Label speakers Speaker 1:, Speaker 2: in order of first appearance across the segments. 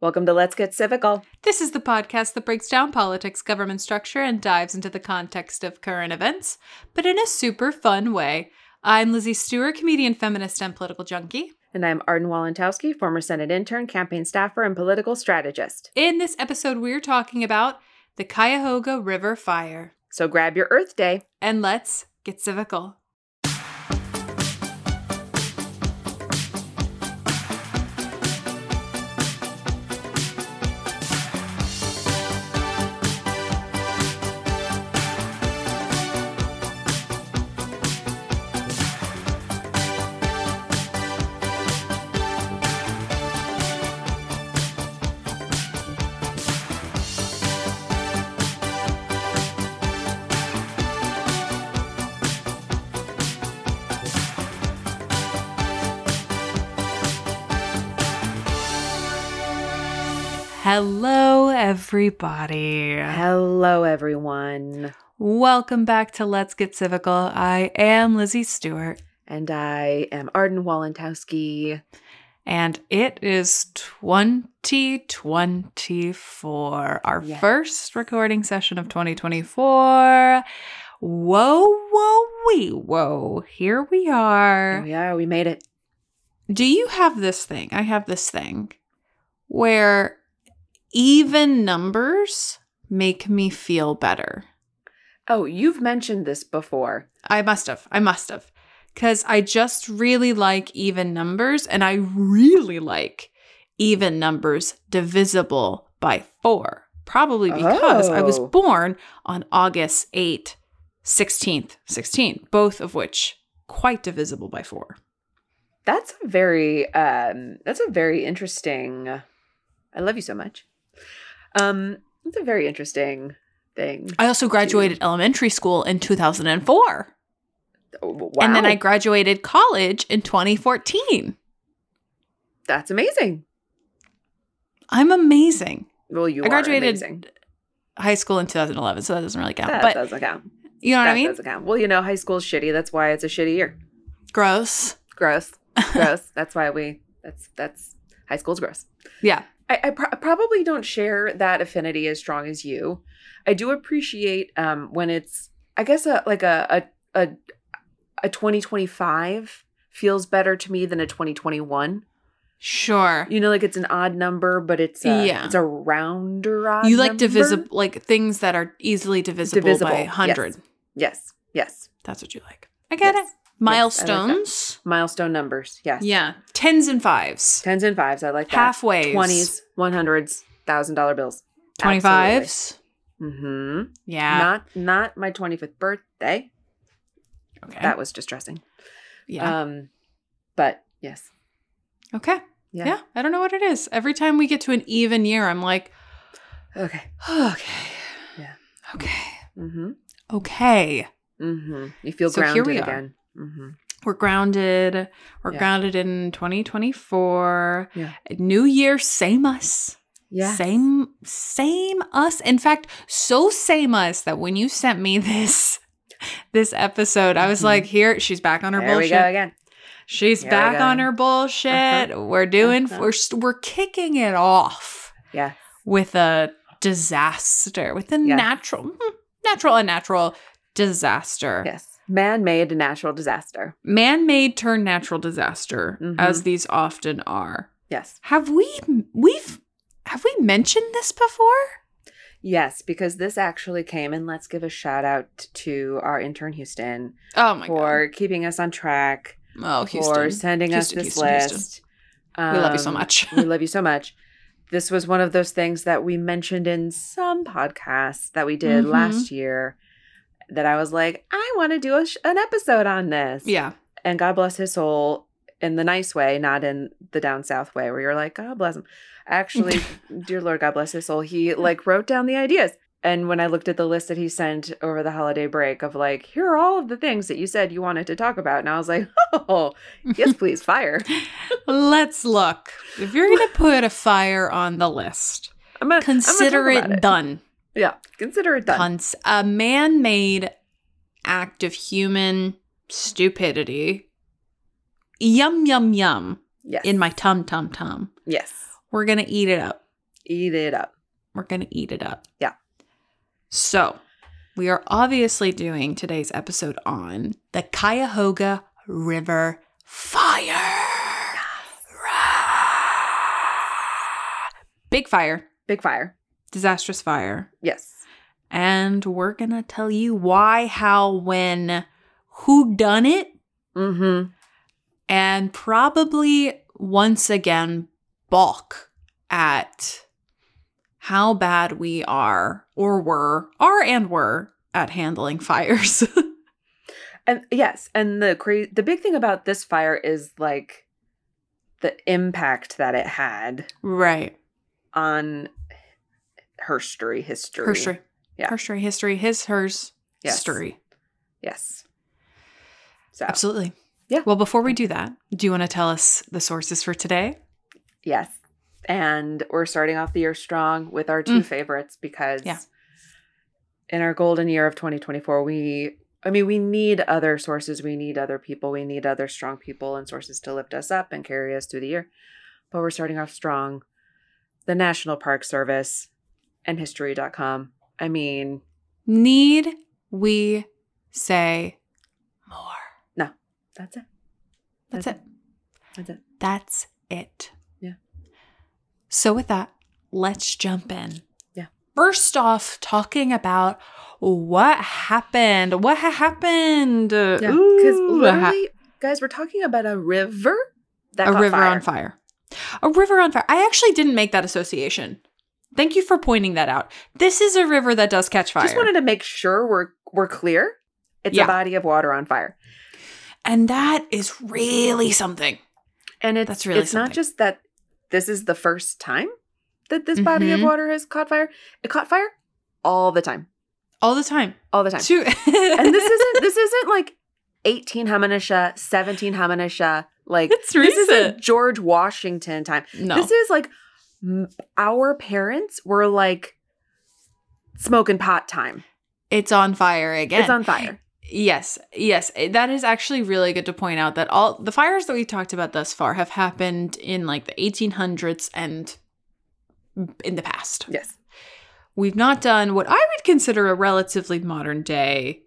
Speaker 1: welcome to Let's Get Civical.
Speaker 2: This is the podcast that breaks down politics, government structure, and dives into the context of current events, but in a super fun way. I'm Lizzie Stewart, comedian, feminist, and political junkie.
Speaker 1: And I'm Arden Walentowski, former Senate intern, campaign staffer, and political strategist.
Speaker 2: In this episode, we're talking about the Cuyahoga River Fire.
Speaker 1: So grab your Earth Day.
Speaker 2: And let's get civical. Hello, everybody.
Speaker 1: Hello, everyone.
Speaker 2: Welcome back to Let's Get Civical. I am Lizzie Stewart,
Speaker 1: And I am Arden Walentowski.
Speaker 2: and it is 2024, our
Speaker 1: Yes.
Speaker 2: first recording session of 2024. Whoa, whoa, wee, whoa. Here we
Speaker 1: Here
Speaker 2: are.
Speaker 1: we are. We made it.
Speaker 2: Do you have this thing? I have this thing where even numbers make me feel better.
Speaker 1: Oh, you've mentioned this before.
Speaker 2: I must have. I must have. Because I just really like even numbers and I really like even numbers divisible by four. Probably because I was
Speaker 1: Oh.
Speaker 2: born on August 8th, 16th, 16th, both of which quite divisible by four.
Speaker 1: That's a very um that's a very interesting I love you so much. Um it's a very interesting thing.
Speaker 2: I also graduated elementary school in 2004.
Speaker 1: Oh, wow.
Speaker 2: And then I graduated college in 2014.
Speaker 1: that's amazing.
Speaker 2: I'm amazing.
Speaker 1: Well, you
Speaker 2: I
Speaker 1: are
Speaker 2: graduated
Speaker 1: amazing.
Speaker 2: high school in 2011, so that doesn't really count.
Speaker 1: That
Speaker 2: but
Speaker 1: doesn't count.
Speaker 2: you know what
Speaker 1: that
Speaker 2: I mean?
Speaker 1: doesn't count. Well, you know, high school's shitty. That's why it's a shitty year.
Speaker 2: Gross.
Speaker 1: Gross. Gross. that's why we. That's that's High school's gross.
Speaker 2: Yeah.
Speaker 1: I, I pro- probably don't share that affinity as strong as you. I do appreciate um, when it's, I guess, a, like a a, a a 2025 feels better to me than a 2021.
Speaker 2: Sure.
Speaker 1: You know, like it's an odd number, but it's a,
Speaker 2: Yeah.
Speaker 1: it's a rounder odd.
Speaker 2: You like
Speaker 1: number.
Speaker 2: divisible, like things that are easily divisible,
Speaker 1: Divisible,
Speaker 2: by 100.
Speaker 1: Yes, yes.
Speaker 2: That's what you like. I get
Speaker 1: Yes.
Speaker 2: it. Milestones.
Speaker 1: Milestone numbers. Yes.
Speaker 2: yeah. Tens and fives.
Speaker 1: Tens and fives. I like that.
Speaker 2: Halfways.
Speaker 1: Twenties, one hundreds, thousand dollar bills.
Speaker 2: 25s.
Speaker 1: Mm-hmm.
Speaker 2: Yeah.
Speaker 1: Not not my twenty fifth birthday.
Speaker 2: okay.
Speaker 1: That was distressing.
Speaker 2: yeah.
Speaker 1: Um, but yes.
Speaker 2: okay.
Speaker 1: Yeah.
Speaker 2: Yeah. I don't know what it is. Every time we get to an even year, I'm like,
Speaker 1: Okay.
Speaker 2: okay.
Speaker 1: Yeah.
Speaker 2: Okay.
Speaker 1: Mm-hmm.
Speaker 2: Okay.
Speaker 1: Mm-hmm. You feel
Speaker 2: So here
Speaker 1: grounded
Speaker 2: we are.
Speaker 1: again. Mm-hmm.
Speaker 2: We're grounded. We're
Speaker 1: Yeah.
Speaker 2: grounded in 2024.
Speaker 1: Yeah.
Speaker 2: New year, same us.
Speaker 1: Yeah.
Speaker 2: Same, same us. In fact, so same us that when you sent me this, this episode, I was
Speaker 1: Mhm.
Speaker 2: like, here, she's back on her
Speaker 1: There we
Speaker 2: bullshit.
Speaker 1: go again.
Speaker 2: She's
Speaker 1: Here we
Speaker 2: back
Speaker 1: go.
Speaker 2: on her bullshit. We're doing,
Speaker 1: Uh-huh.
Speaker 2: we're, st- we're kicking it off
Speaker 1: Yeah.
Speaker 2: with a disaster, with a
Speaker 1: Yes.
Speaker 2: natural, mm, natural, unnatural disaster.
Speaker 1: Yes. Man made natural disaster.
Speaker 2: Man made turned natural disaster,
Speaker 1: Mhm.
Speaker 2: as these often are.
Speaker 1: Yes.
Speaker 2: Have we, we've, have we mentioned this before?
Speaker 1: Yes, because this actually came and let's give a shout out to our intern Houston
Speaker 2: Oh my
Speaker 1: for keeping us on track,
Speaker 2: God. Oh,
Speaker 1: for
Speaker 2: Houston.
Speaker 1: sending
Speaker 2: Houston,
Speaker 1: us this
Speaker 2: Houston, Houston.
Speaker 1: list.
Speaker 2: we love you so
Speaker 1: Um,
Speaker 2: much.
Speaker 1: we love you so much. This was one of those things that we mentioned in some podcasts that we did
Speaker 2: Mhm.
Speaker 1: last year that I was like, I want to do a sh- an episode on this.
Speaker 2: yeah.
Speaker 1: And God bless his soul in the nice way, not in the down south way where you're like, God bless him. Actually, dear Lord, God bless his soul. He like wrote down the ideas. And when I looked at the list that he sent over the holiday break of like, here are all of the things that you said you wanted to talk about. And I was like, oh, yes, please, fire.
Speaker 2: Let's look. If you're going to put a fire on the list,
Speaker 1: I'm gonna,
Speaker 2: consider
Speaker 1: I'm gonna talk
Speaker 2: it,
Speaker 1: about
Speaker 2: done.
Speaker 1: Yeah, consider it done.
Speaker 2: Cons- a man made act of human stupidity. Yum, yum, yum.
Speaker 1: yes.
Speaker 2: In my tum, tum, tum.
Speaker 1: yes,
Speaker 2: We're going to eat it up.
Speaker 1: eat it up.
Speaker 2: We're going to eat it up.
Speaker 1: Yeah.
Speaker 2: So, we are obviously doing today's episode on the Cuyahoga River fire. Big fire,
Speaker 1: Big fire.
Speaker 2: disastrous fire.
Speaker 1: Yes.
Speaker 2: And we're going to tell you why, how, when, who done it,
Speaker 1: Mm-hmm.
Speaker 2: and probably once again balk at how bad we are or were are and were at handling fires.
Speaker 1: And yes, and the cra- the big thing about this fire is like the impact that it had
Speaker 2: right.
Speaker 1: on herstory history.
Speaker 2: Herstory.
Speaker 1: Yeah.
Speaker 2: Herstory, history, his, hers,
Speaker 1: Yes.
Speaker 2: story.
Speaker 1: Yes. So
Speaker 2: Absolutely.
Speaker 1: Yeah.
Speaker 2: Well, before we do that, do you want to tell us the sources for today?
Speaker 1: yes, and we're starting off the year strong with our two favorites because
Speaker 2: Mm. Yeah.
Speaker 1: in our golden year of 2024, we I mean, we need other sources, we need other people, we need other strong people and sources to lift us up and carry us through the year. But we're starting off strong. The National Park Service and history.com. I mean,
Speaker 2: Need we say more?
Speaker 1: that's it.
Speaker 2: That's it.
Speaker 1: That's it.
Speaker 2: That's it.
Speaker 1: Yeah.
Speaker 2: So with that, let's jump in.
Speaker 1: Yeah.
Speaker 2: First off, talking about what happened. What ha- happened?
Speaker 1: Yeah. Because
Speaker 2: Uh, Ooh, a ha-
Speaker 1: literally, guys, we're talking about a river that
Speaker 2: a
Speaker 1: caught
Speaker 2: river on fire. A river on fire. I actually didn't make that association. Thank you for pointing that out. This is a river that does catch fire.
Speaker 1: Just wanted to make sure we're we're clear. It's
Speaker 2: Yeah.
Speaker 1: a body of water on fire.
Speaker 2: and that is really something.
Speaker 1: And it's
Speaker 2: That's really
Speaker 1: it's
Speaker 2: something.
Speaker 1: not just that this is the first time that this body of
Speaker 2: Mhm.
Speaker 1: water has caught fire. It caught fire all the time.
Speaker 2: All the time.
Speaker 1: All the time.
Speaker 2: Two-
Speaker 1: and this isn't this isn't like 18 Hamanasha, 17 Hamanasha, like
Speaker 2: It's
Speaker 1: this isn't
Speaker 2: recent.
Speaker 1: George Washington time.
Speaker 2: no.
Speaker 1: This is like m- our parents were like smoking pot time.
Speaker 2: it's on fire again.
Speaker 1: It's on fire.
Speaker 2: Yes, yes, eh, that is actually really good to point out that all the fires that we've talked about thus far have happened in like the 1800s and in the past.
Speaker 1: Yes.
Speaker 2: We've not done what I would consider a relatively modern day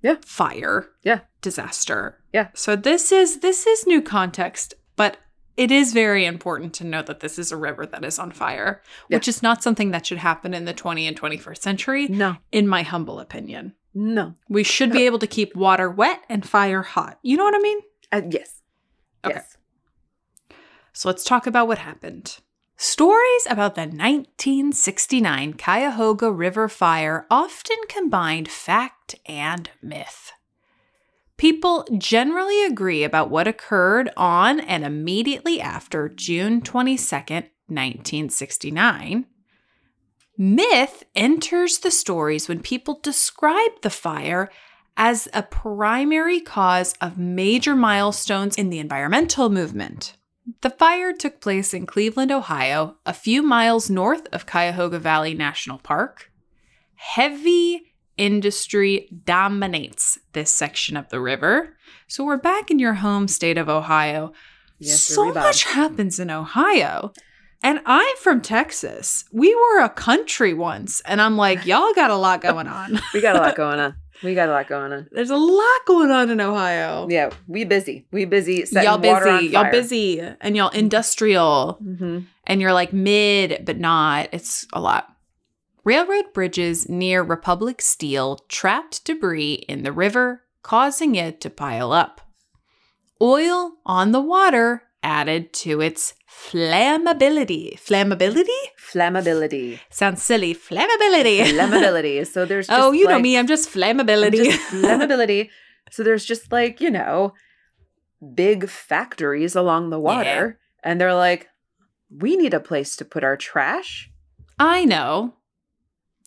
Speaker 1: Yeah.
Speaker 2: fire.
Speaker 1: Yeah.
Speaker 2: Disaster.
Speaker 1: Yeah.
Speaker 2: So this is this is new context, but it is very important to know that this is a river that is on fire,
Speaker 1: Yeah.
Speaker 2: which is not something that should happen in the 20 and 21st century
Speaker 1: No.
Speaker 2: in my humble opinion.
Speaker 1: No.
Speaker 2: We should be able to keep water wet and fire hot. You know what I mean?
Speaker 1: Uh, yes.
Speaker 2: Okay.
Speaker 1: Yes.
Speaker 2: So let's talk about what happened. Stories about the 1969 Cuyahoga River fire often combined fact and myth. People generally agree about what occurred on and immediately after June 22nd, 1969. Myth enters the stories when people describe the fire as a primary cause of major milestones in the environmental movement. The fire took place in Cleveland, Ohio, a few miles north of Cuyahoga Valley National Park. Heavy industry dominates this section of the river. So we're back in your home state of Ohio.
Speaker 1: Yes.
Speaker 2: so much happens in Ohio. And I'm from Texas. We were a country once, and I'm like, y'all got a lot going on.
Speaker 1: We got a lot going on. We got a lot going on.
Speaker 2: There's a lot going on in Ohio.
Speaker 1: Yeah, we busy. We busy. Setting
Speaker 2: y'all
Speaker 1: Water on
Speaker 2: busy, y'all
Speaker 1: fire.
Speaker 2: busy, and y'all industrial.
Speaker 1: Mhm.
Speaker 2: and you're like mid, but not. It's a lot. Railroad bridges near Republic Steel trapped debris in the river, causing it to pile up. Oil on the water added to its flammability. Flammability?
Speaker 1: Flammability.
Speaker 2: Sounds silly. Flammability.
Speaker 1: Flammability. So there's. Just
Speaker 2: oh, you know
Speaker 1: like-
Speaker 2: me. I'm just flammability.
Speaker 1: Just flammability. So there's just like you know, big factories along the water, and they're like, we need a place to put our trash.
Speaker 2: I know.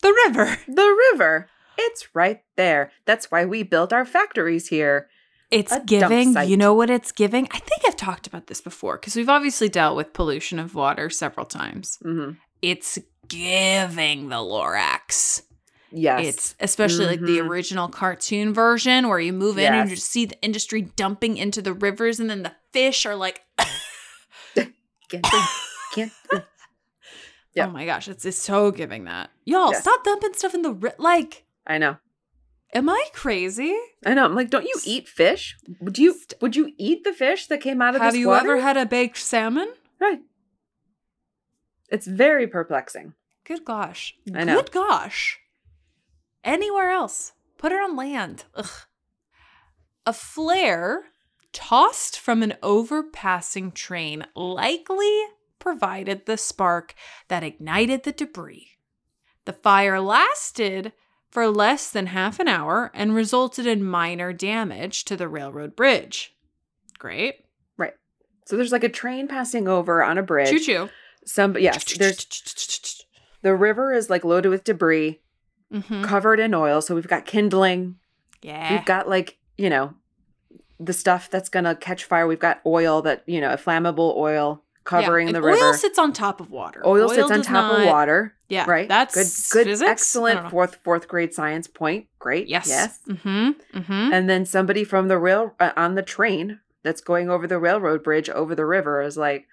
Speaker 2: The river.
Speaker 1: The river. It's right there. That's why we built our factories here.
Speaker 2: It's
Speaker 1: A dump
Speaker 2: giving,
Speaker 1: site.
Speaker 2: you know what it's giving? I think I've talked about this before because we've obviously dealt with pollution of water several times.
Speaker 1: hmm
Speaker 2: It's giving the Lorax.
Speaker 1: Yes.
Speaker 2: It's especially like the
Speaker 1: Mhm.
Speaker 2: original cartoon version where you move in and you
Speaker 1: Yes.
Speaker 2: just see the industry dumping into the rivers and then the fish are like, oh
Speaker 1: Can't breathe. Can't breathe. Yeah.
Speaker 2: oh my gosh, it's, it's so giving that. Y'all,
Speaker 1: Yes.
Speaker 2: stop dumping stuff in the ri- like,
Speaker 1: I know.
Speaker 2: am I crazy?
Speaker 1: I know. I'm like, don't you eat fish? Would you would you eat the fish that came out of
Speaker 2: Have
Speaker 1: this
Speaker 2: you
Speaker 1: water?
Speaker 2: ever had a baked salmon?
Speaker 1: right. It's very perplexing.
Speaker 2: Good gosh.
Speaker 1: I know.
Speaker 2: Good gosh. Anywhere else. Put it on land. Ugh. A flare tossed from an overpassing train likely provided the spark that ignited the debris. The fire lasted for less than half an hour and resulted in minor damage to the railroad bridge. Great.
Speaker 1: So there's like a train passing over on a bridge.
Speaker 2: Choo choo.
Speaker 1: Some yes, there's the river is like loaded with debris,
Speaker 2: hmm
Speaker 1: covered in oil. So we've got kindling,
Speaker 2: Yeah.
Speaker 1: we've got like you know, the stuff that's gonna catch fire. We've got oil that you know, flammable oil covering
Speaker 2: Yeah,
Speaker 1: the
Speaker 2: and
Speaker 1: river.
Speaker 2: Oil sits on top of water.
Speaker 1: Oil sits on
Speaker 2: does
Speaker 1: top of
Speaker 2: not-
Speaker 1: water.
Speaker 2: Yeah,
Speaker 1: right.
Speaker 2: That's
Speaker 1: good. Good.
Speaker 2: physics? I
Speaker 1: Excellent
Speaker 2: don't know.
Speaker 1: fourth fourth grade science point. Great.
Speaker 2: Yes.
Speaker 1: Yes.
Speaker 2: Mm-hmm. Mm-hmm.
Speaker 1: and then somebody from the rail uh, on the train that's going over the railroad bridge over the river is like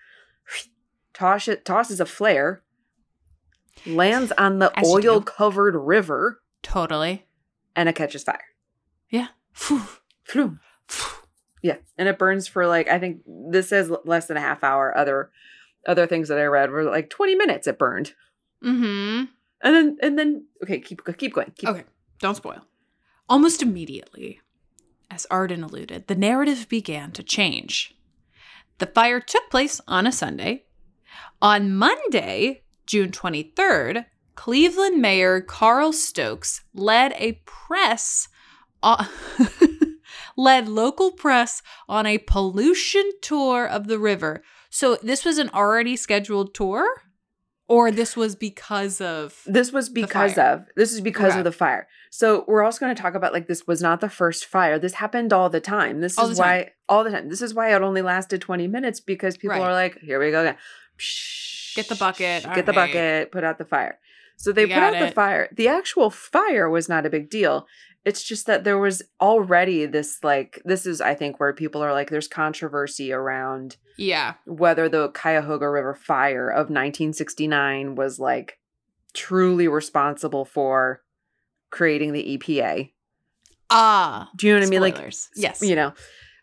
Speaker 1: toss it, tosses a flare lands on the
Speaker 2: As you do.
Speaker 1: oil covered river
Speaker 2: Totally.
Speaker 1: and it catches fire
Speaker 2: Yeah. Phew.
Speaker 1: Phew.
Speaker 2: Phew.
Speaker 1: yeah and it burns for like i think this says l- less than a half hour other other things that i read were like 20 minutes it burned
Speaker 2: Mm-hmm.
Speaker 1: and then and then okay keep keep going keep
Speaker 2: Okay. Don't spoil. Almost immediately, as Arden alluded, the narrative began to change. The fire took place on a Sunday. On Monday, June 23rd, Cleveland Mayor Carl Stokes led a press o- led local press on a pollution tour of the river. So this was an already scheduled tour or this was because of
Speaker 1: This was because
Speaker 2: fire.
Speaker 1: of this is because
Speaker 2: Okay.
Speaker 1: of the fire. So we're also going to talk about like this was not the first fire. This happened all the time. This
Speaker 2: All
Speaker 1: is
Speaker 2: the time.
Speaker 1: why all the time. This is why it only lasted twenty minutes because people
Speaker 2: Right.
Speaker 1: are like, here we go again.
Speaker 2: Get the bucket.
Speaker 1: Get the
Speaker 2: All right.
Speaker 1: bucket. Put out the fire. So they
Speaker 2: We
Speaker 1: put out
Speaker 2: got
Speaker 1: the
Speaker 2: it.
Speaker 1: fire. The actual fire was not a big deal. It's just that there was already this, like, this is, I think, where people are like, there's controversy around
Speaker 2: Yeah.
Speaker 1: whether the Cuyahoga River fire of 1969 was like truly responsible for creating the EPA.
Speaker 2: Ah.
Speaker 1: Do you know what I mean? Like,
Speaker 2: Spoilers. yes.
Speaker 1: you know,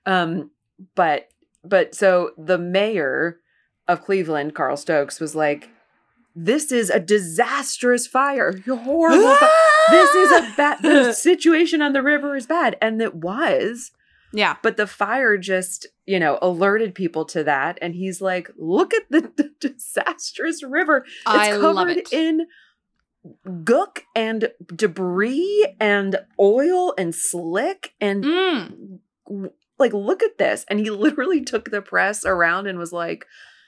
Speaker 1: um, but but so the mayor of Cleveland, Carl Stokes, was like, "This is a disastrous fire. You're horrible. fi- this is a bad. The situation on the river is bad, and it was."
Speaker 2: yeah.
Speaker 1: but the fire just you know alerted people to that and he's like look at the, the disastrous river it's
Speaker 2: I
Speaker 1: covered
Speaker 2: love it.
Speaker 1: in gook and debris and oil and slick and
Speaker 2: Mm.
Speaker 1: like look at this and he literally took the press around and was like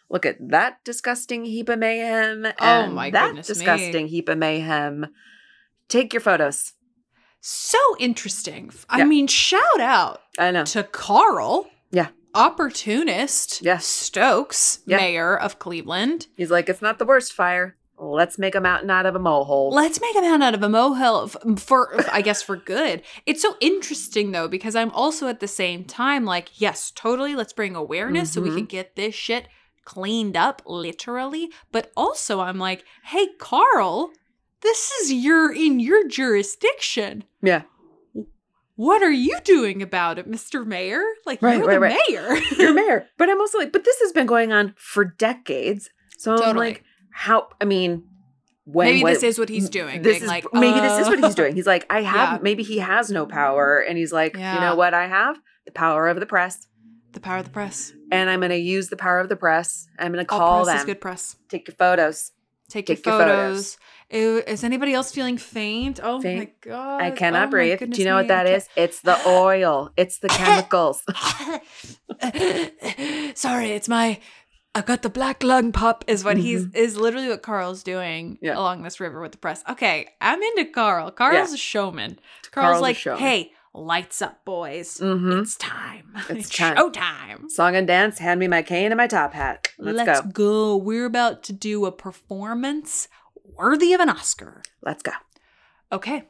Speaker 1: look at that disgusting heap of mayhem and
Speaker 2: Oh my
Speaker 1: that
Speaker 2: goodness me.
Speaker 1: disgusting heap of mayhem take your photos
Speaker 2: So interesting. I
Speaker 1: Yeah.
Speaker 2: mean, shout out
Speaker 1: i know
Speaker 2: to Carl.
Speaker 1: Yeah.
Speaker 2: Opportunist.
Speaker 1: Yeah.
Speaker 2: Stokes,
Speaker 1: Yeah.
Speaker 2: mayor of Cleveland.
Speaker 1: he's like it's not the worst fire let's make a mountain out of a molehole
Speaker 2: Let's make a man out of a molehill f- for, I guess, for good. It's so interesting though because I'm also at the same time like, yes, totally. Let's bring awareness so we
Speaker 1: Mhm.
Speaker 2: can get this shit cleaned up, literally. But also, I'm like, hey, Carl, this is your in your jurisdiction.
Speaker 1: Yeah.
Speaker 2: What are you doing about it, Mr. Mayor? Like
Speaker 1: Right,
Speaker 2: you're the
Speaker 1: right, right.
Speaker 2: mayor.
Speaker 1: you're mayor. But I'm also like, but this has been going on for decades. So I'm
Speaker 2: Totally.
Speaker 1: like, how? I mean, when?
Speaker 2: maybe
Speaker 1: what-
Speaker 2: this is what he's doing.
Speaker 1: This
Speaker 2: being
Speaker 1: is
Speaker 2: like,
Speaker 1: maybe this is
Speaker 2: uh,
Speaker 1: what he's doing. He's like, I have.
Speaker 2: Yeah.
Speaker 1: Maybe he has no power, and he's like, you
Speaker 2: Yeah.
Speaker 1: know what? I have the power of the press,
Speaker 2: The power of the press.
Speaker 1: and I'm going to use the power of the press. I'm going to
Speaker 2: All
Speaker 1: call
Speaker 2: press is
Speaker 1: them.
Speaker 2: good press.
Speaker 1: Take your photos.
Speaker 2: Take,
Speaker 1: Take
Speaker 2: your
Speaker 1: your
Speaker 2: photos. Ew, is anybody else feeling faint? Oh my
Speaker 1: Faint.
Speaker 2: god!
Speaker 1: I cannot
Speaker 2: Oh my
Speaker 1: breathe. Do
Speaker 2: goodness
Speaker 1: you know
Speaker 2: me,
Speaker 1: what that
Speaker 2: I
Speaker 1: is? It's the oil. It's the chemicals.
Speaker 2: can't- Sorry, it's my. I got the black lung pup. Is what he's is literally what Carl's doing
Speaker 1: Mm-hmm. Yeah.
Speaker 2: along this river with the press. Okay, I'm into Carl. Carl's a showman. Carl's,
Speaker 1: Carl's a
Speaker 2: like,
Speaker 1: showman.
Speaker 2: hey, lights up, boys.
Speaker 1: hmm
Speaker 2: It's time.
Speaker 1: It's time.
Speaker 2: showtime.
Speaker 1: Song and dance. Hand me my cane and my top hat. Let's,
Speaker 2: Let's
Speaker 1: go.
Speaker 2: go. We're about to do a performance worthy of an Oscar.
Speaker 1: Let's go.
Speaker 2: Okay.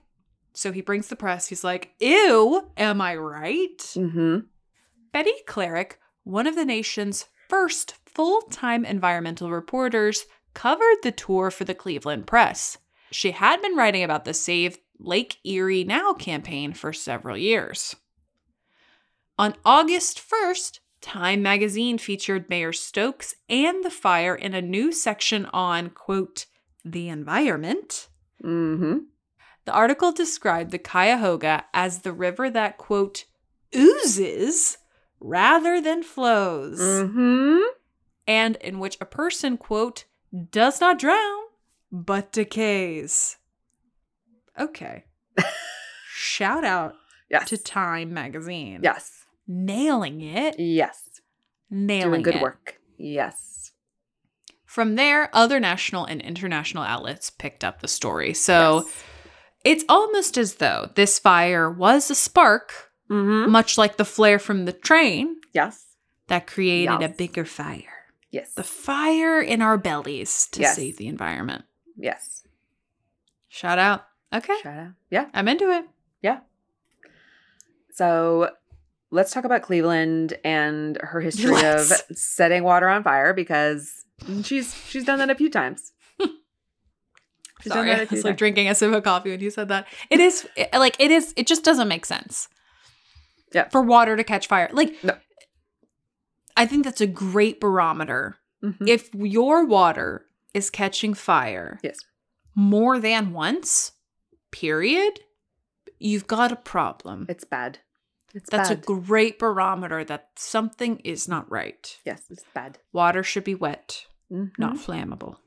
Speaker 2: So he brings the press. He's like, Ew, am I right?
Speaker 1: hmm
Speaker 2: Betty Cleric, one of the nation's first full time environmental reporters, covered the tour for the Cleveland Press. She had been writing about the Save Lake Erie Now campaign for several years. On August 1st, Time magazine featured Mayor Stokes and the fire in a new section on, quote, the environment.
Speaker 1: hmm
Speaker 2: The article described the Cuyahoga as the river that, quote, oozes rather than flows,
Speaker 1: hmm
Speaker 2: and in which a person, quote, does not drown but decays. Okay. Shout out
Speaker 1: Yes.
Speaker 2: to Time Magazine.
Speaker 1: yes.
Speaker 2: Nailing it.
Speaker 1: Yes.
Speaker 2: Nailing
Speaker 1: doing good
Speaker 2: it.
Speaker 1: work. Yes.
Speaker 2: From there, other national and international outlets picked up the story. So
Speaker 1: Yes.
Speaker 2: it's almost as though this fire was a spark
Speaker 1: Mhm.
Speaker 2: much like the flare from the train
Speaker 1: Yes.
Speaker 2: that created a
Speaker 1: Yes.
Speaker 2: bigger fire.
Speaker 1: Yes.
Speaker 2: The fire in our bellies to
Speaker 1: Yes.
Speaker 2: save the environment.
Speaker 1: yes.
Speaker 2: Shout out. Okay.
Speaker 1: Shout out. Yeah.
Speaker 2: I'm into it.
Speaker 1: So let's talk about Cleveland and her history
Speaker 2: Let's.
Speaker 1: of setting water on fire because she's she's done that a few times. she's
Speaker 2: Sorry.
Speaker 1: done
Speaker 2: I
Speaker 1: that a few
Speaker 2: was like
Speaker 1: times.
Speaker 2: drinking a sip of coffee when you said that. It is it- like it is it just doesn't make sense.
Speaker 1: Yeah.
Speaker 2: For water to catch fire. Like
Speaker 1: No.
Speaker 2: I think that's a great barometer.
Speaker 1: Mhm.
Speaker 2: If your water is catching fire
Speaker 1: Yes.
Speaker 2: more than once, period, you've got a problem.
Speaker 1: It's bad. It's
Speaker 2: That's
Speaker 1: bad.
Speaker 2: a great barometer that something is not right.
Speaker 1: yes, it's bad.
Speaker 2: Water should be wet,
Speaker 1: Mhm.
Speaker 2: not flammable.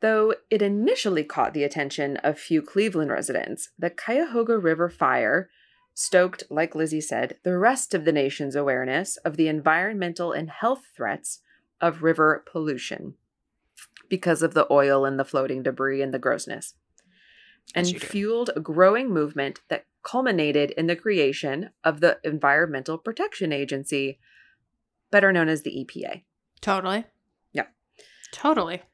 Speaker 1: Though it initially caught the attention of few Cleveland residents, the Cuyahoga River fire stoked, like Lizzie said, the rest of the nation's awareness of the environmental and health threats of river pollution because of the oil and the floating debris and the grossness, and
Speaker 2: As you do.
Speaker 1: fueled a growing movement that culminated in the creation of the Environmental Protection Agency, E better known as the EPA.
Speaker 2: Totally.
Speaker 1: Yeah.
Speaker 2: Totally.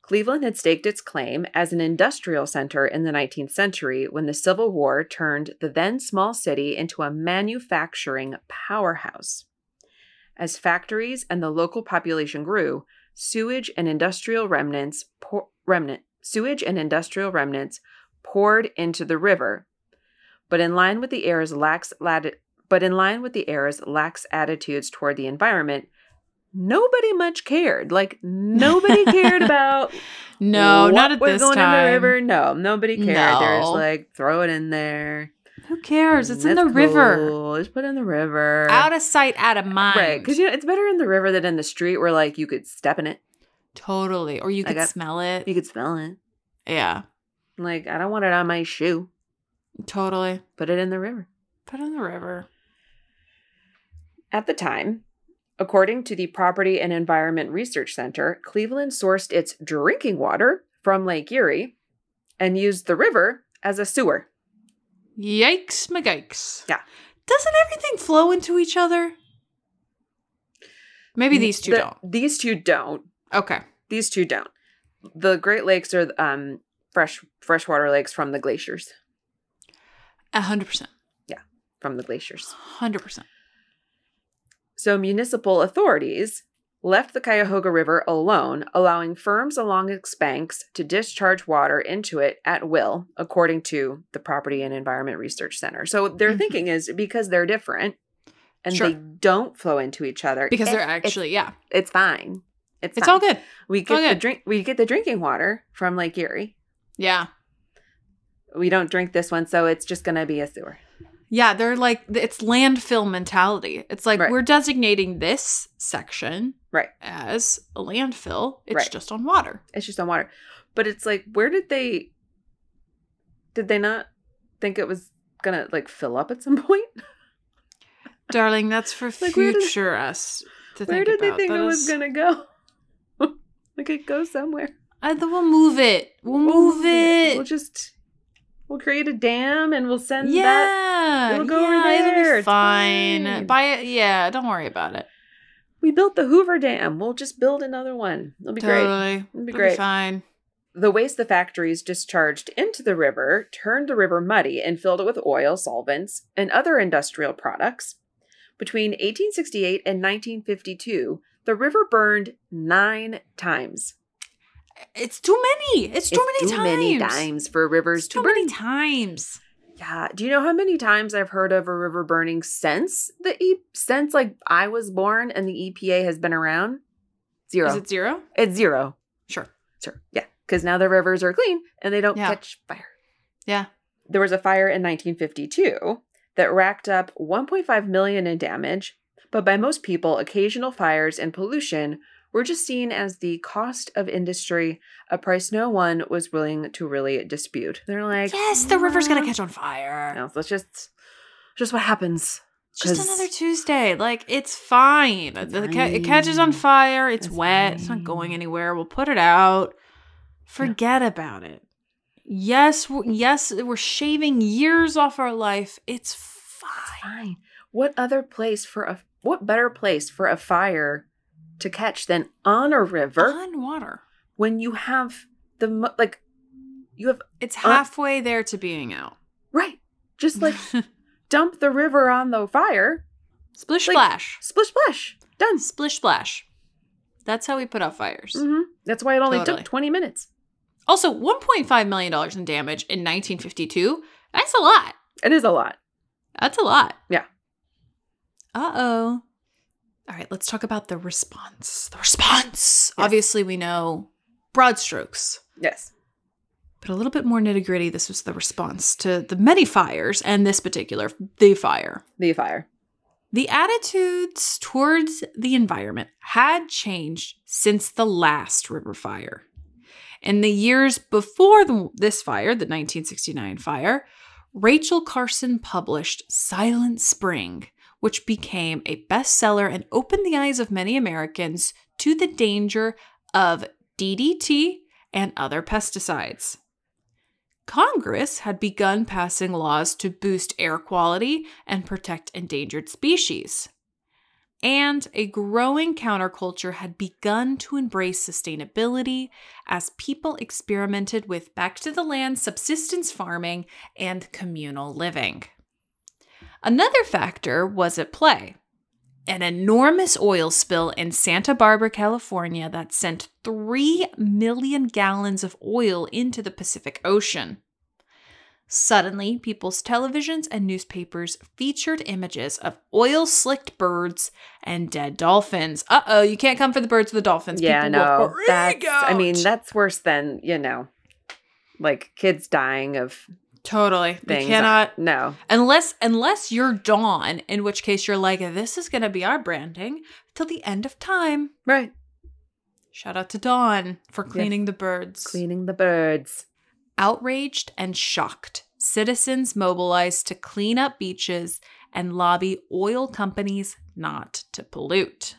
Speaker 1: Cleveland had staked its claim as an industrial center in the 19th century when the Civil War turned the then small city into a manufacturing powerhouse. As factories and the local population grew, sewage and industrial remnants pour, remnant sewage and industrial remnants poured into the river. But in line with the era's lax lati- but in line with the era's lax attitudes toward the environment, nobody much cared. Like nobody cared about
Speaker 2: No,
Speaker 1: what
Speaker 2: not at
Speaker 1: was
Speaker 2: this
Speaker 1: going
Speaker 2: time.
Speaker 1: in the river. No, nobody cared. They're
Speaker 2: No.
Speaker 1: just like throw it in there.
Speaker 2: Who cares? It's in the
Speaker 1: That's
Speaker 2: river.
Speaker 1: cool. Just put it in the river.
Speaker 2: Out of sight, out of mind.
Speaker 1: right? Because you know it's better in the river than in the street where like you could step in it,
Speaker 2: totally. Or you
Speaker 1: I
Speaker 2: could
Speaker 1: got-
Speaker 2: smell it.
Speaker 1: you could smell it.
Speaker 2: yeah,
Speaker 1: Like I don't want it on my shoe.
Speaker 2: totally.
Speaker 1: Put it in the river.
Speaker 2: Put it in the river.
Speaker 1: At the time, according to the Property and Environment Research Center, Cleveland sourced its drinking water from Lake Erie and used the river as a sewer.
Speaker 2: Yikes, magikes.
Speaker 1: Yeah.
Speaker 2: Doesn't everything flow into each other? Maybe these two
Speaker 1: The-
Speaker 2: don't.
Speaker 1: These two don't.
Speaker 2: Okay.
Speaker 1: These two don't. The Great Lakes are um, fresh freshwater lakes from the glaciers.
Speaker 2: A hundred percent.
Speaker 1: From the glaciers.
Speaker 2: Hundred percent.
Speaker 1: So municipal authorities left the Cuyahoga River alone, allowing firms along its banks to discharge water into it at will, according to the Property and Environment Research Center. So their
Speaker 2: Mhm.
Speaker 1: thinking is because they're different and
Speaker 2: Sure.
Speaker 1: they don't flow into each other
Speaker 2: Because
Speaker 1: it-
Speaker 2: they're
Speaker 1: it's-
Speaker 2: actually, yeah.
Speaker 1: it's, fine. It's,
Speaker 2: It's
Speaker 1: fine.
Speaker 2: all good.
Speaker 1: We
Speaker 2: all
Speaker 1: get the
Speaker 2: good.
Speaker 1: drink. We get the drinking water from Lake Erie.
Speaker 2: Yeah.
Speaker 1: We don't drink this one, so it's just going to be a sewer.
Speaker 2: Yeah, they're like it's landfill mentality. It's like
Speaker 1: Right.
Speaker 2: we're designating this section
Speaker 1: Right.
Speaker 2: as a landfill. It's
Speaker 1: Right.
Speaker 2: just on water.
Speaker 1: It's just on water. But it's like, where did they? Did they not think it was gonna like fill up at some point?
Speaker 2: Darling, that's for
Speaker 1: Like, where did-
Speaker 2: future us to
Speaker 1: Where
Speaker 2: think
Speaker 1: did they
Speaker 2: about.
Speaker 1: think
Speaker 2: That
Speaker 1: it was
Speaker 2: is-
Speaker 1: gonna go? like it goes somewhere.
Speaker 2: Uh, then we'll move it. We'll move it.
Speaker 1: We'll just we'll create a dam and we'll send
Speaker 2: yeah,
Speaker 1: that. it'll go over
Speaker 2: yeah, It'll
Speaker 1: there.
Speaker 2: be
Speaker 1: It's
Speaker 2: fine.
Speaker 1: fine.
Speaker 2: Buy it. Yeah, don't worry about it.
Speaker 1: We built the Hoover Dam. We'll just build another one. It'll be great.
Speaker 2: totally.
Speaker 1: It'll be
Speaker 2: It'll
Speaker 1: great.
Speaker 2: fine.
Speaker 1: The waste the factories discharged into the river turned the river muddy and filled it with oil, solvents, and other industrial products. Between 1868 and 1952, the river burned nine times.
Speaker 2: It's too many. It's too
Speaker 1: It's
Speaker 2: many
Speaker 1: too
Speaker 2: times.
Speaker 1: many times for rivers
Speaker 2: It's
Speaker 1: to
Speaker 2: too
Speaker 1: burn.
Speaker 2: many times.
Speaker 1: Yeah. Do you know how many times I've heard of a river burning since the e- since like I was born and the EPA has been around? Zero.
Speaker 2: Is it zero?
Speaker 1: it's zero.
Speaker 2: Sure.
Speaker 1: Sure. Yeah. Because now the rivers are clean and they don't
Speaker 2: Yeah.
Speaker 1: catch fire.
Speaker 2: Yeah.
Speaker 1: There was a fire in 1952 that racked up 1.5 million in damage, but by most people, occasional fires and pollution were just seen as the cost of industry, a price no one was willing to really dispute. They're like,
Speaker 2: yes, the river's gonna
Speaker 1: "Nah."
Speaker 2: catch on fire.
Speaker 1: No, so it's just just what happens.
Speaker 2: It's Just
Speaker 1: 'Cause-
Speaker 2: another Tuesday. Like it's fine.
Speaker 1: It's
Speaker 2: The ca- it catches on
Speaker 1: fine.
Speaker 2: fire. It's,
Speaker 1: It's
Speaker 2: wet. It's
Speaker 1: fine.
Speaker 2: not going anywhere. We'll put it out. Forget about it. Yes, we yes, we're shaving years off our life. It's fine.
Speaker 1: Fine. What other place for a what better place for a fire to catch than on a river
Speaker 2: On water.
Speaker 1: when you have the mo- like you have
Speaker 2: It's halfway there to being out.
Speaker 1: right just like dump the river on the fire
Speaker 2: splish
Speaker 1: like-
Speaker 2: splash,
Speaker 1: splish splash done.
Speaker 2: splish splash. That's how we put out fires.
Speaker 1: hmm That's why it only
Speaker 2: Totally.
Speaker 1: took twenty minutes,
Speaker 2: Also, 1.5 million dollars in damage in 1952. That's a lot.
Speaker 1: it is a lot.
Speaker 2: That's a lot.
Speaker 1: Yeah.
Speaker 2: Uh oh. All right, let's talk about the response. The response. Obviously, we know broad strokes,
Speaker 1: Yes,
Speaker 2: but a little bit more nitty gritty. This was the response to the many fires and this particular, the fire.
Speaker 1: the fire.
Speaker 2: The attitudes towards the environment had changed since the last river fire. In the years before the, this fire, the 1969 fire, Rachel Carson published Silent Spring, which became a bestseller and opened the eyes of many Americans to the danger of DDT and other pesticides. Congress had begun passing laws to boost air quality and protect endangered species. And a growing counterculture had begun to embrace sustainability as people experimented with back to the land subsistence farming and communal living. Another factor was at play an enormous oil spill in Santa Barbara, California, that sent 3 million gallons of oil into the Pacific Ocean. Suddenly, people's televisions and newspapers featured images of oil slicked birds and dead dolphins. Uh oh, you can't come for the birds or the dolphins.
Speaker 1: yeah,
Speaker 2: People
Speaker 1: no.
Speaker 2: will freak
Speaker 1: That's, I mean,
Speaker 2: out.
Speaker 1: that's worse than, you know, like kids dying of
Speaker 2: totally.
Speaker 1: things.
Speaker 2: They cannot,
Speaker 1: No.
Speaker 2: unless unless you're Dawn, in which case you're like, this is going to be our branding till the end of time.
Speaker 1: Right.
Speaker 2: Shout out to Dawn for cleaning the birds.
Speaker 1: Cleaning the birds.
Speaker 2: Outraged and shocked, citizens mobilized to clean up beaches and lobby oil companies not to pollute.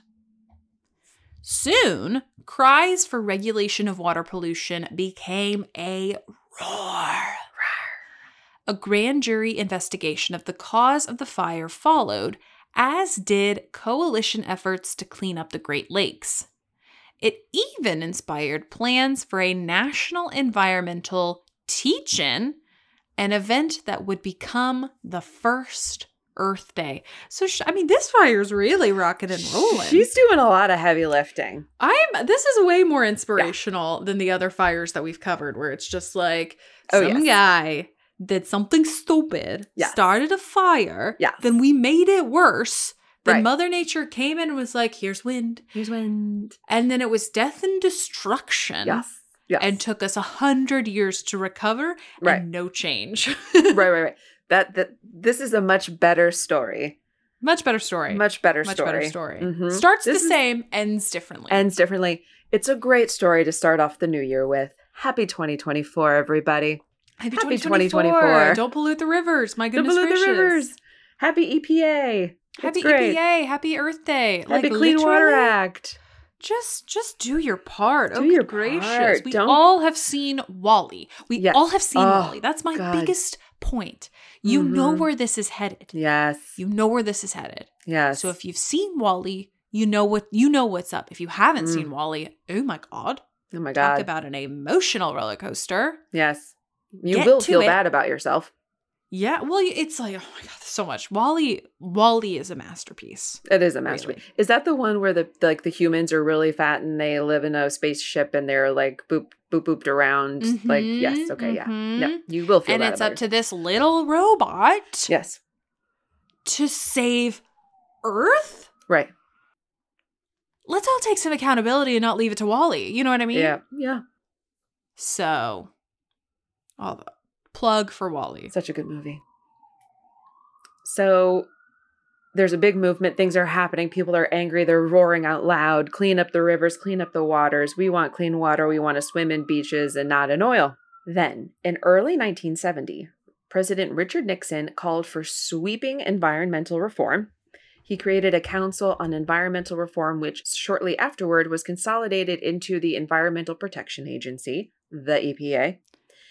Speaker 2: Soon, cries for regulation of water pollution became a roar. A grand jury investigation of the cause of the fire followed, as did coalition efforts to clean up the Great Lakes. It even inspired plans for a national environmental teach in, an event that would become the first Earth Day. So, sh- I mean, this fire's really rocking and rolling.
Speaker 1: She's doing a lot of heavy lifting.
Speaker 2: I'm this is way more inspirational than the other fires that we've covered where it's just like
Speaker 1: Oh,
Speaker 2: some guy did something stupid,
Speaker 1: Yes.
Speaker 2: started a fire,
Speaker 1: Yes.
Speaker 2: then we made it worse. Then
Speaker 1: Right.
Speaker 2: Mother Nature came in and was like, here's wind. Here's wind. And then it was death and destruction.
Speaker 1: Yes. Yes.
Speaker 2: And took us a hundred years to recover
Speaker 1: Right.
Speaker 2: and no change.
Speaker 1: right, right, right. That that this is a much better story.
Speaker 2: Much better story.
Speaker 1: Much better
Speaker 2: Much
Speaker 1: story.
Speaker 2: better story.
Speaker 1: Mhm.
Speaker 2: Starts
Speaker 1: This
Speaker 2: the
Speaker 1: is-
Speaker 2: same, ends differently.
Speaker 1: Ends differently. It's a great story to start off the new year with. Happy 2024, everybody.
Speaker 2: Happy,
Speaker 1: Happy
Speaker 2: 2024.
Speaker 1: 2024.
Speaker 2: Don't pollute the rivers. My goodness
Speaker 1: Double of
Speaker 2: gracious.
Speaker 1: the rivers. Happy EPA.
Speaker 2: Happy E
Speaker 1: it's great.
Speaker 2: EPA. Happy Earth Day.
Speaker 1: Happy Clean Water
Speaker 2: literally,
Speaker 1: Act.
Speaker 2: Just just do your part.
Speaker 1: Do
Speaker 2: oh,
Speaker 1: your
Speaker 2: good gracious.
Speaker 1: part.
Speaker 2: We
Speaker 1: Don't-
Speaker 2: all have seen Wally. We
Speaker 1: Yes.
Speaker 2: all have seen
Speaker 1: Oh,
Speaker 2: Wally. That's my
Speaker 1: God.
Speaker 2: biggest point. You know
Speaker 1: Mhm.
Speaker 2: where this is headed.
Speaker 1: Yes.
Speaker 2: You know where this is headed.
Speaker 1: yes.
Speaker 2: So if you've seen Wally, you know what you know what's up. If you haven't
Speaker 1: Mm.
Speaker 2: seen Wally, oh my god.
Speaker 1: oh my
Speaker 2: Talk
Speaker 1: God.
Speaker 2: about an emotional roller coaster.
Speaker 1: yes. You
Speaker 2: Get
Speaker 1: will
Speaker 2: to
Speaker 1: feel
Speaker 2: it.
Speaker 1: bad about yourself.
Speaker 2: Yeah, well, it's like oh my god, so much. Wally, Wally is a masterpiece.
Speaker 1: It is a masterpiece.
Speaker 2: Really.
Speaker 1: Is that the one where the like the humans are really fat and they live in a spaceship and they're like boop boop booped around? Like yes,
Speaker 2: Mhm,
Speaker 1: okay, yeah.
Speaker 2: mhm.
Speaker 1: No, you will feel
Speaker 2: And
Speaker 1: bad
Speaker 2: it's
Speaker 1: about
Speaker 2: up to this little robot
Speaker 1: yourself. yes,
Speaker 2: to save Earth.
Speaker 1: right.
Speaker 2: Let's all take some accountability and not leave it to Wally. You know what I mean?
Speaker 1: yeah, yeah.
Speaker 2: So, all the plug for Wally.
Speaker 1: Such a good movie. So there's a big movement. Things are happening. People are angry. They're roaring out loud. Clean up the rivers, clean up the waters. We want clean water. We want to swim in beaches and not in oil. Then, in early 1970, President Richard Nixon called for sweeping environmental reform. He created a Council on Environmental Reform, which shortly afterward was consolidated into the Environmental Protection Agency, the E EPA.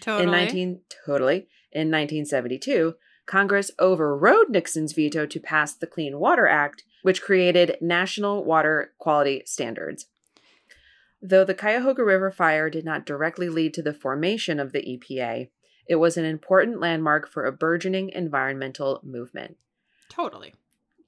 Speaker 2: Totally.
Speaker 1: In 19 totally in 1972, Congress overrode Nixon's veto to pass the Clean Water Act, which created national water quality standards. Though the Cuyahoga River fire did not directly lead to the formation of the EPA, it was an important landmark for a burgeoning environmental movement.
Speaker 2: totally.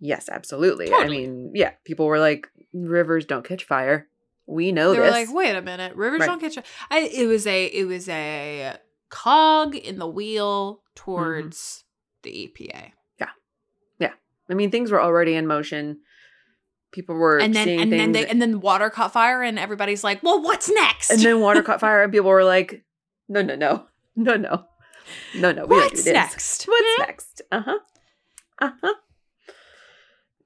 Speaker 1: Yes, absolutely.
Speaker 2: Totally.
Speaker 1: I mean, yeah, people were like, rivers don't catch fire. We know
Speaker 2: They were
Speaker 1: Oh, this.
Speaker 2: like, wait a minute, rivers
Speaker 1: Right.
Speaker 2: don't catch. I, it was a it was a cog in the wheel
Speaker 1: Mm-hmm.
Speaker 2: towards the E EPA.
Speaker 1: I mean, things were already in motion. People were
Speaker 2: and then
Speaker 1: seeing
Speaker 2: and
Speaker 1: things
Speaker 2: then they and then water caught fire and everybody's like well what's next
Speaker 1: And then water caught fire, and people were like, "No, no, no, no, no, no, no." We don't do
Speaker 2: what's
Speaker 1: this.
Speaker 2: next Hmm?
Speaker 1: What's next? Uh huh. Uh huh.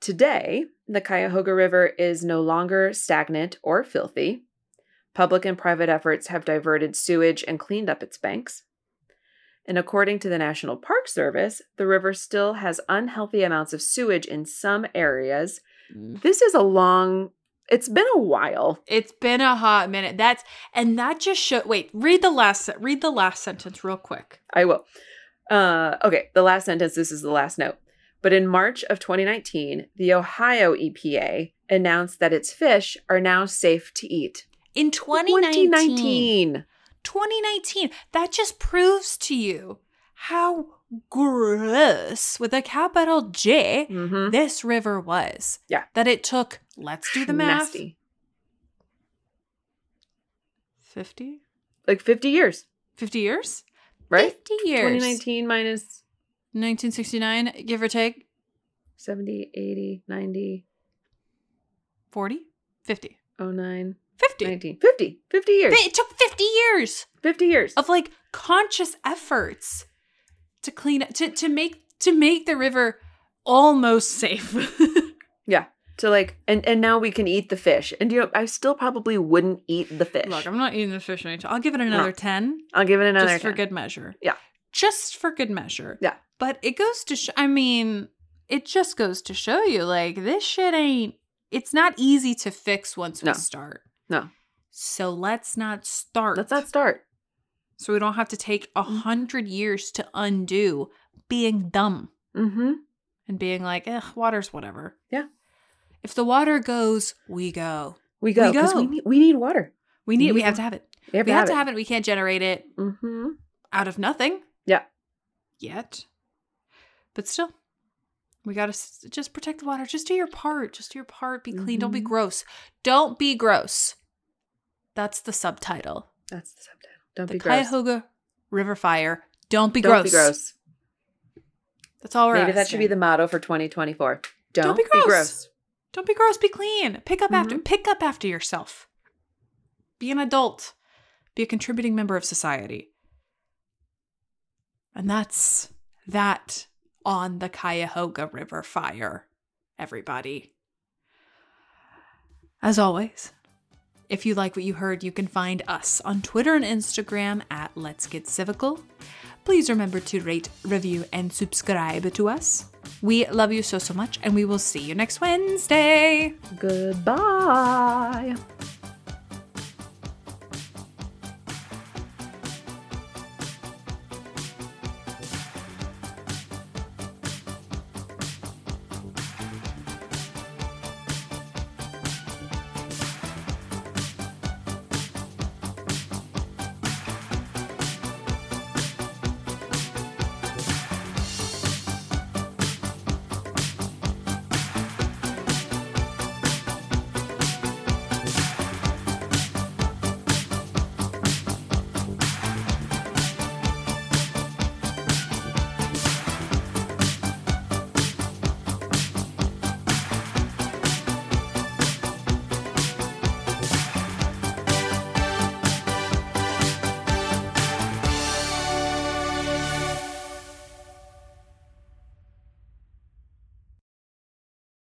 Speaker 1: Today, the Cuyahoga River is no longer stagnant or filthy. Public and private efforts have diverted sewage and cleaned up its banks. And according to the National Park Service, the river still has unhealthy amounts of sewage in some areas.
Speaker 2: Mm.
Speaker 1: This is a long, it's been a while.
Speaker 2: it's been a hot minute that's and that just show wait read the last se- read the last sentence real quick
Speaker 1: I will. Uh, okay, the last sentence. This is the last note. But in March of 2019, the Ohio EPA announced that its fish are now safe to eat.
Speaker 2: In 2019. 2019. 2019. That just proves to you how gross, with a capital J,
Speaker 1: Mhm.
Speaker 2: this river was.
Speaker 1: Yeah.
Speaker 2: That it took, let's do the math.
Speaker 1: Nasty.
Speaker 2: 50?
Speaker 1: Like 50 years,
Speaker 2: 50 years?
Speaker 1: right?
Speaker 2: 50 years.
Speaker 1: 2019 minus
Speaker 2: 1969, give or take
Speaker 1: 70, 80, 90,
Speaker 2: 40, 50.
Speaker 1: 09,
Speaker 2: 50.
Speaker 1: 19, 50. 50 years.
Speaker 2: It took 50 years
Speaker 1: 50 years.
Speaker 2: of like conscious efforts to clean up, to, to make to make the river almost safe.
Speaker 1: Yeah. So like and and now we can eat the fish. And you know, I still probably wouldn't eat the fish.
Speaker 2: Look, I'm not eating this fish anytime. I'll give it another 10.
Speaker 1: I'll give it another
Speaker 2: just for
Speaker 1: 10.
Speaker 2: good measure.
Speaker 1: Yeah.
Speaker 2: Just for good measure.
Speaker 1: Yeah.
Speaker 2: But it goes to sh- I mean, it just goes to show you like this shit ain't it's not easy to fix once we
Speaker 1: No.
Speaker 2: start.
Speaker 1: No.
Speaker 2: So let's not start.
Speaker 1: Let's not Mm. start.
Speaker 2: so we don't have to take a hundred years to undo being dumb
Speaker 1: Mm-hmm.
Speaker 2: and being like, eh, water's whatever.
Speaker 1: Yeah.
Speaker 2: If the water goes, we go.
Speaker 1: We go
Speaker 2: We
Speaker 1: because
Speaker 2: go.
Speaker 1: we, need we need water.
Speaker 2: We need
Speaker 1: We
Speaker 2: we have to have it.
Speaker 1: We have to
Speaker 2: we have
Speaker 1: have
Speaker 2: to
Speaker 1: it.
Speaker 2: have it. We can't generate it
Speaker 1: Mm-hmm.
Speaker 2: out of nothing.
Speaker 1: Yeah.
Speaker 2: Yet. But still, we got to just protect the water. Just do your part. Just do your part. Be clean. Don't be
Speaker 1: Mhm.
Speaker 2: gross. Don't be gross. That's the subtitle.
Speaker 1: That's the subtitle. Don't
Speaker 2: the
Speaker 1: be gross.
Speaker 2: Cuyahoga River Fire. Don't be
Speaker 1: Don't
Speaker 2: gross.
Speaker 1: be gross.
Speaker 2: That's all we're
Speaker 1: Maybe that should be
Speaker 2: asking.
Speaker 1: the motto for 2024. Don't,
Speaker 2: Don't be
Speaker 1: be, gross.
Speaker 2: gross. Don't be gross. Be clean. Pick up after. Pick up after yourself. Be an adult. Be a contributing member of society. And that's that on the Cuyahoga River fire, everybody. As always, if you like what you heard, you can find us on Twitter and Instagram at Let's Get Civical. Please remember to rate, review, and subscribe to us. We love you so, so much, and we will see you next Wednesday.
Speaker 1: Goodbye.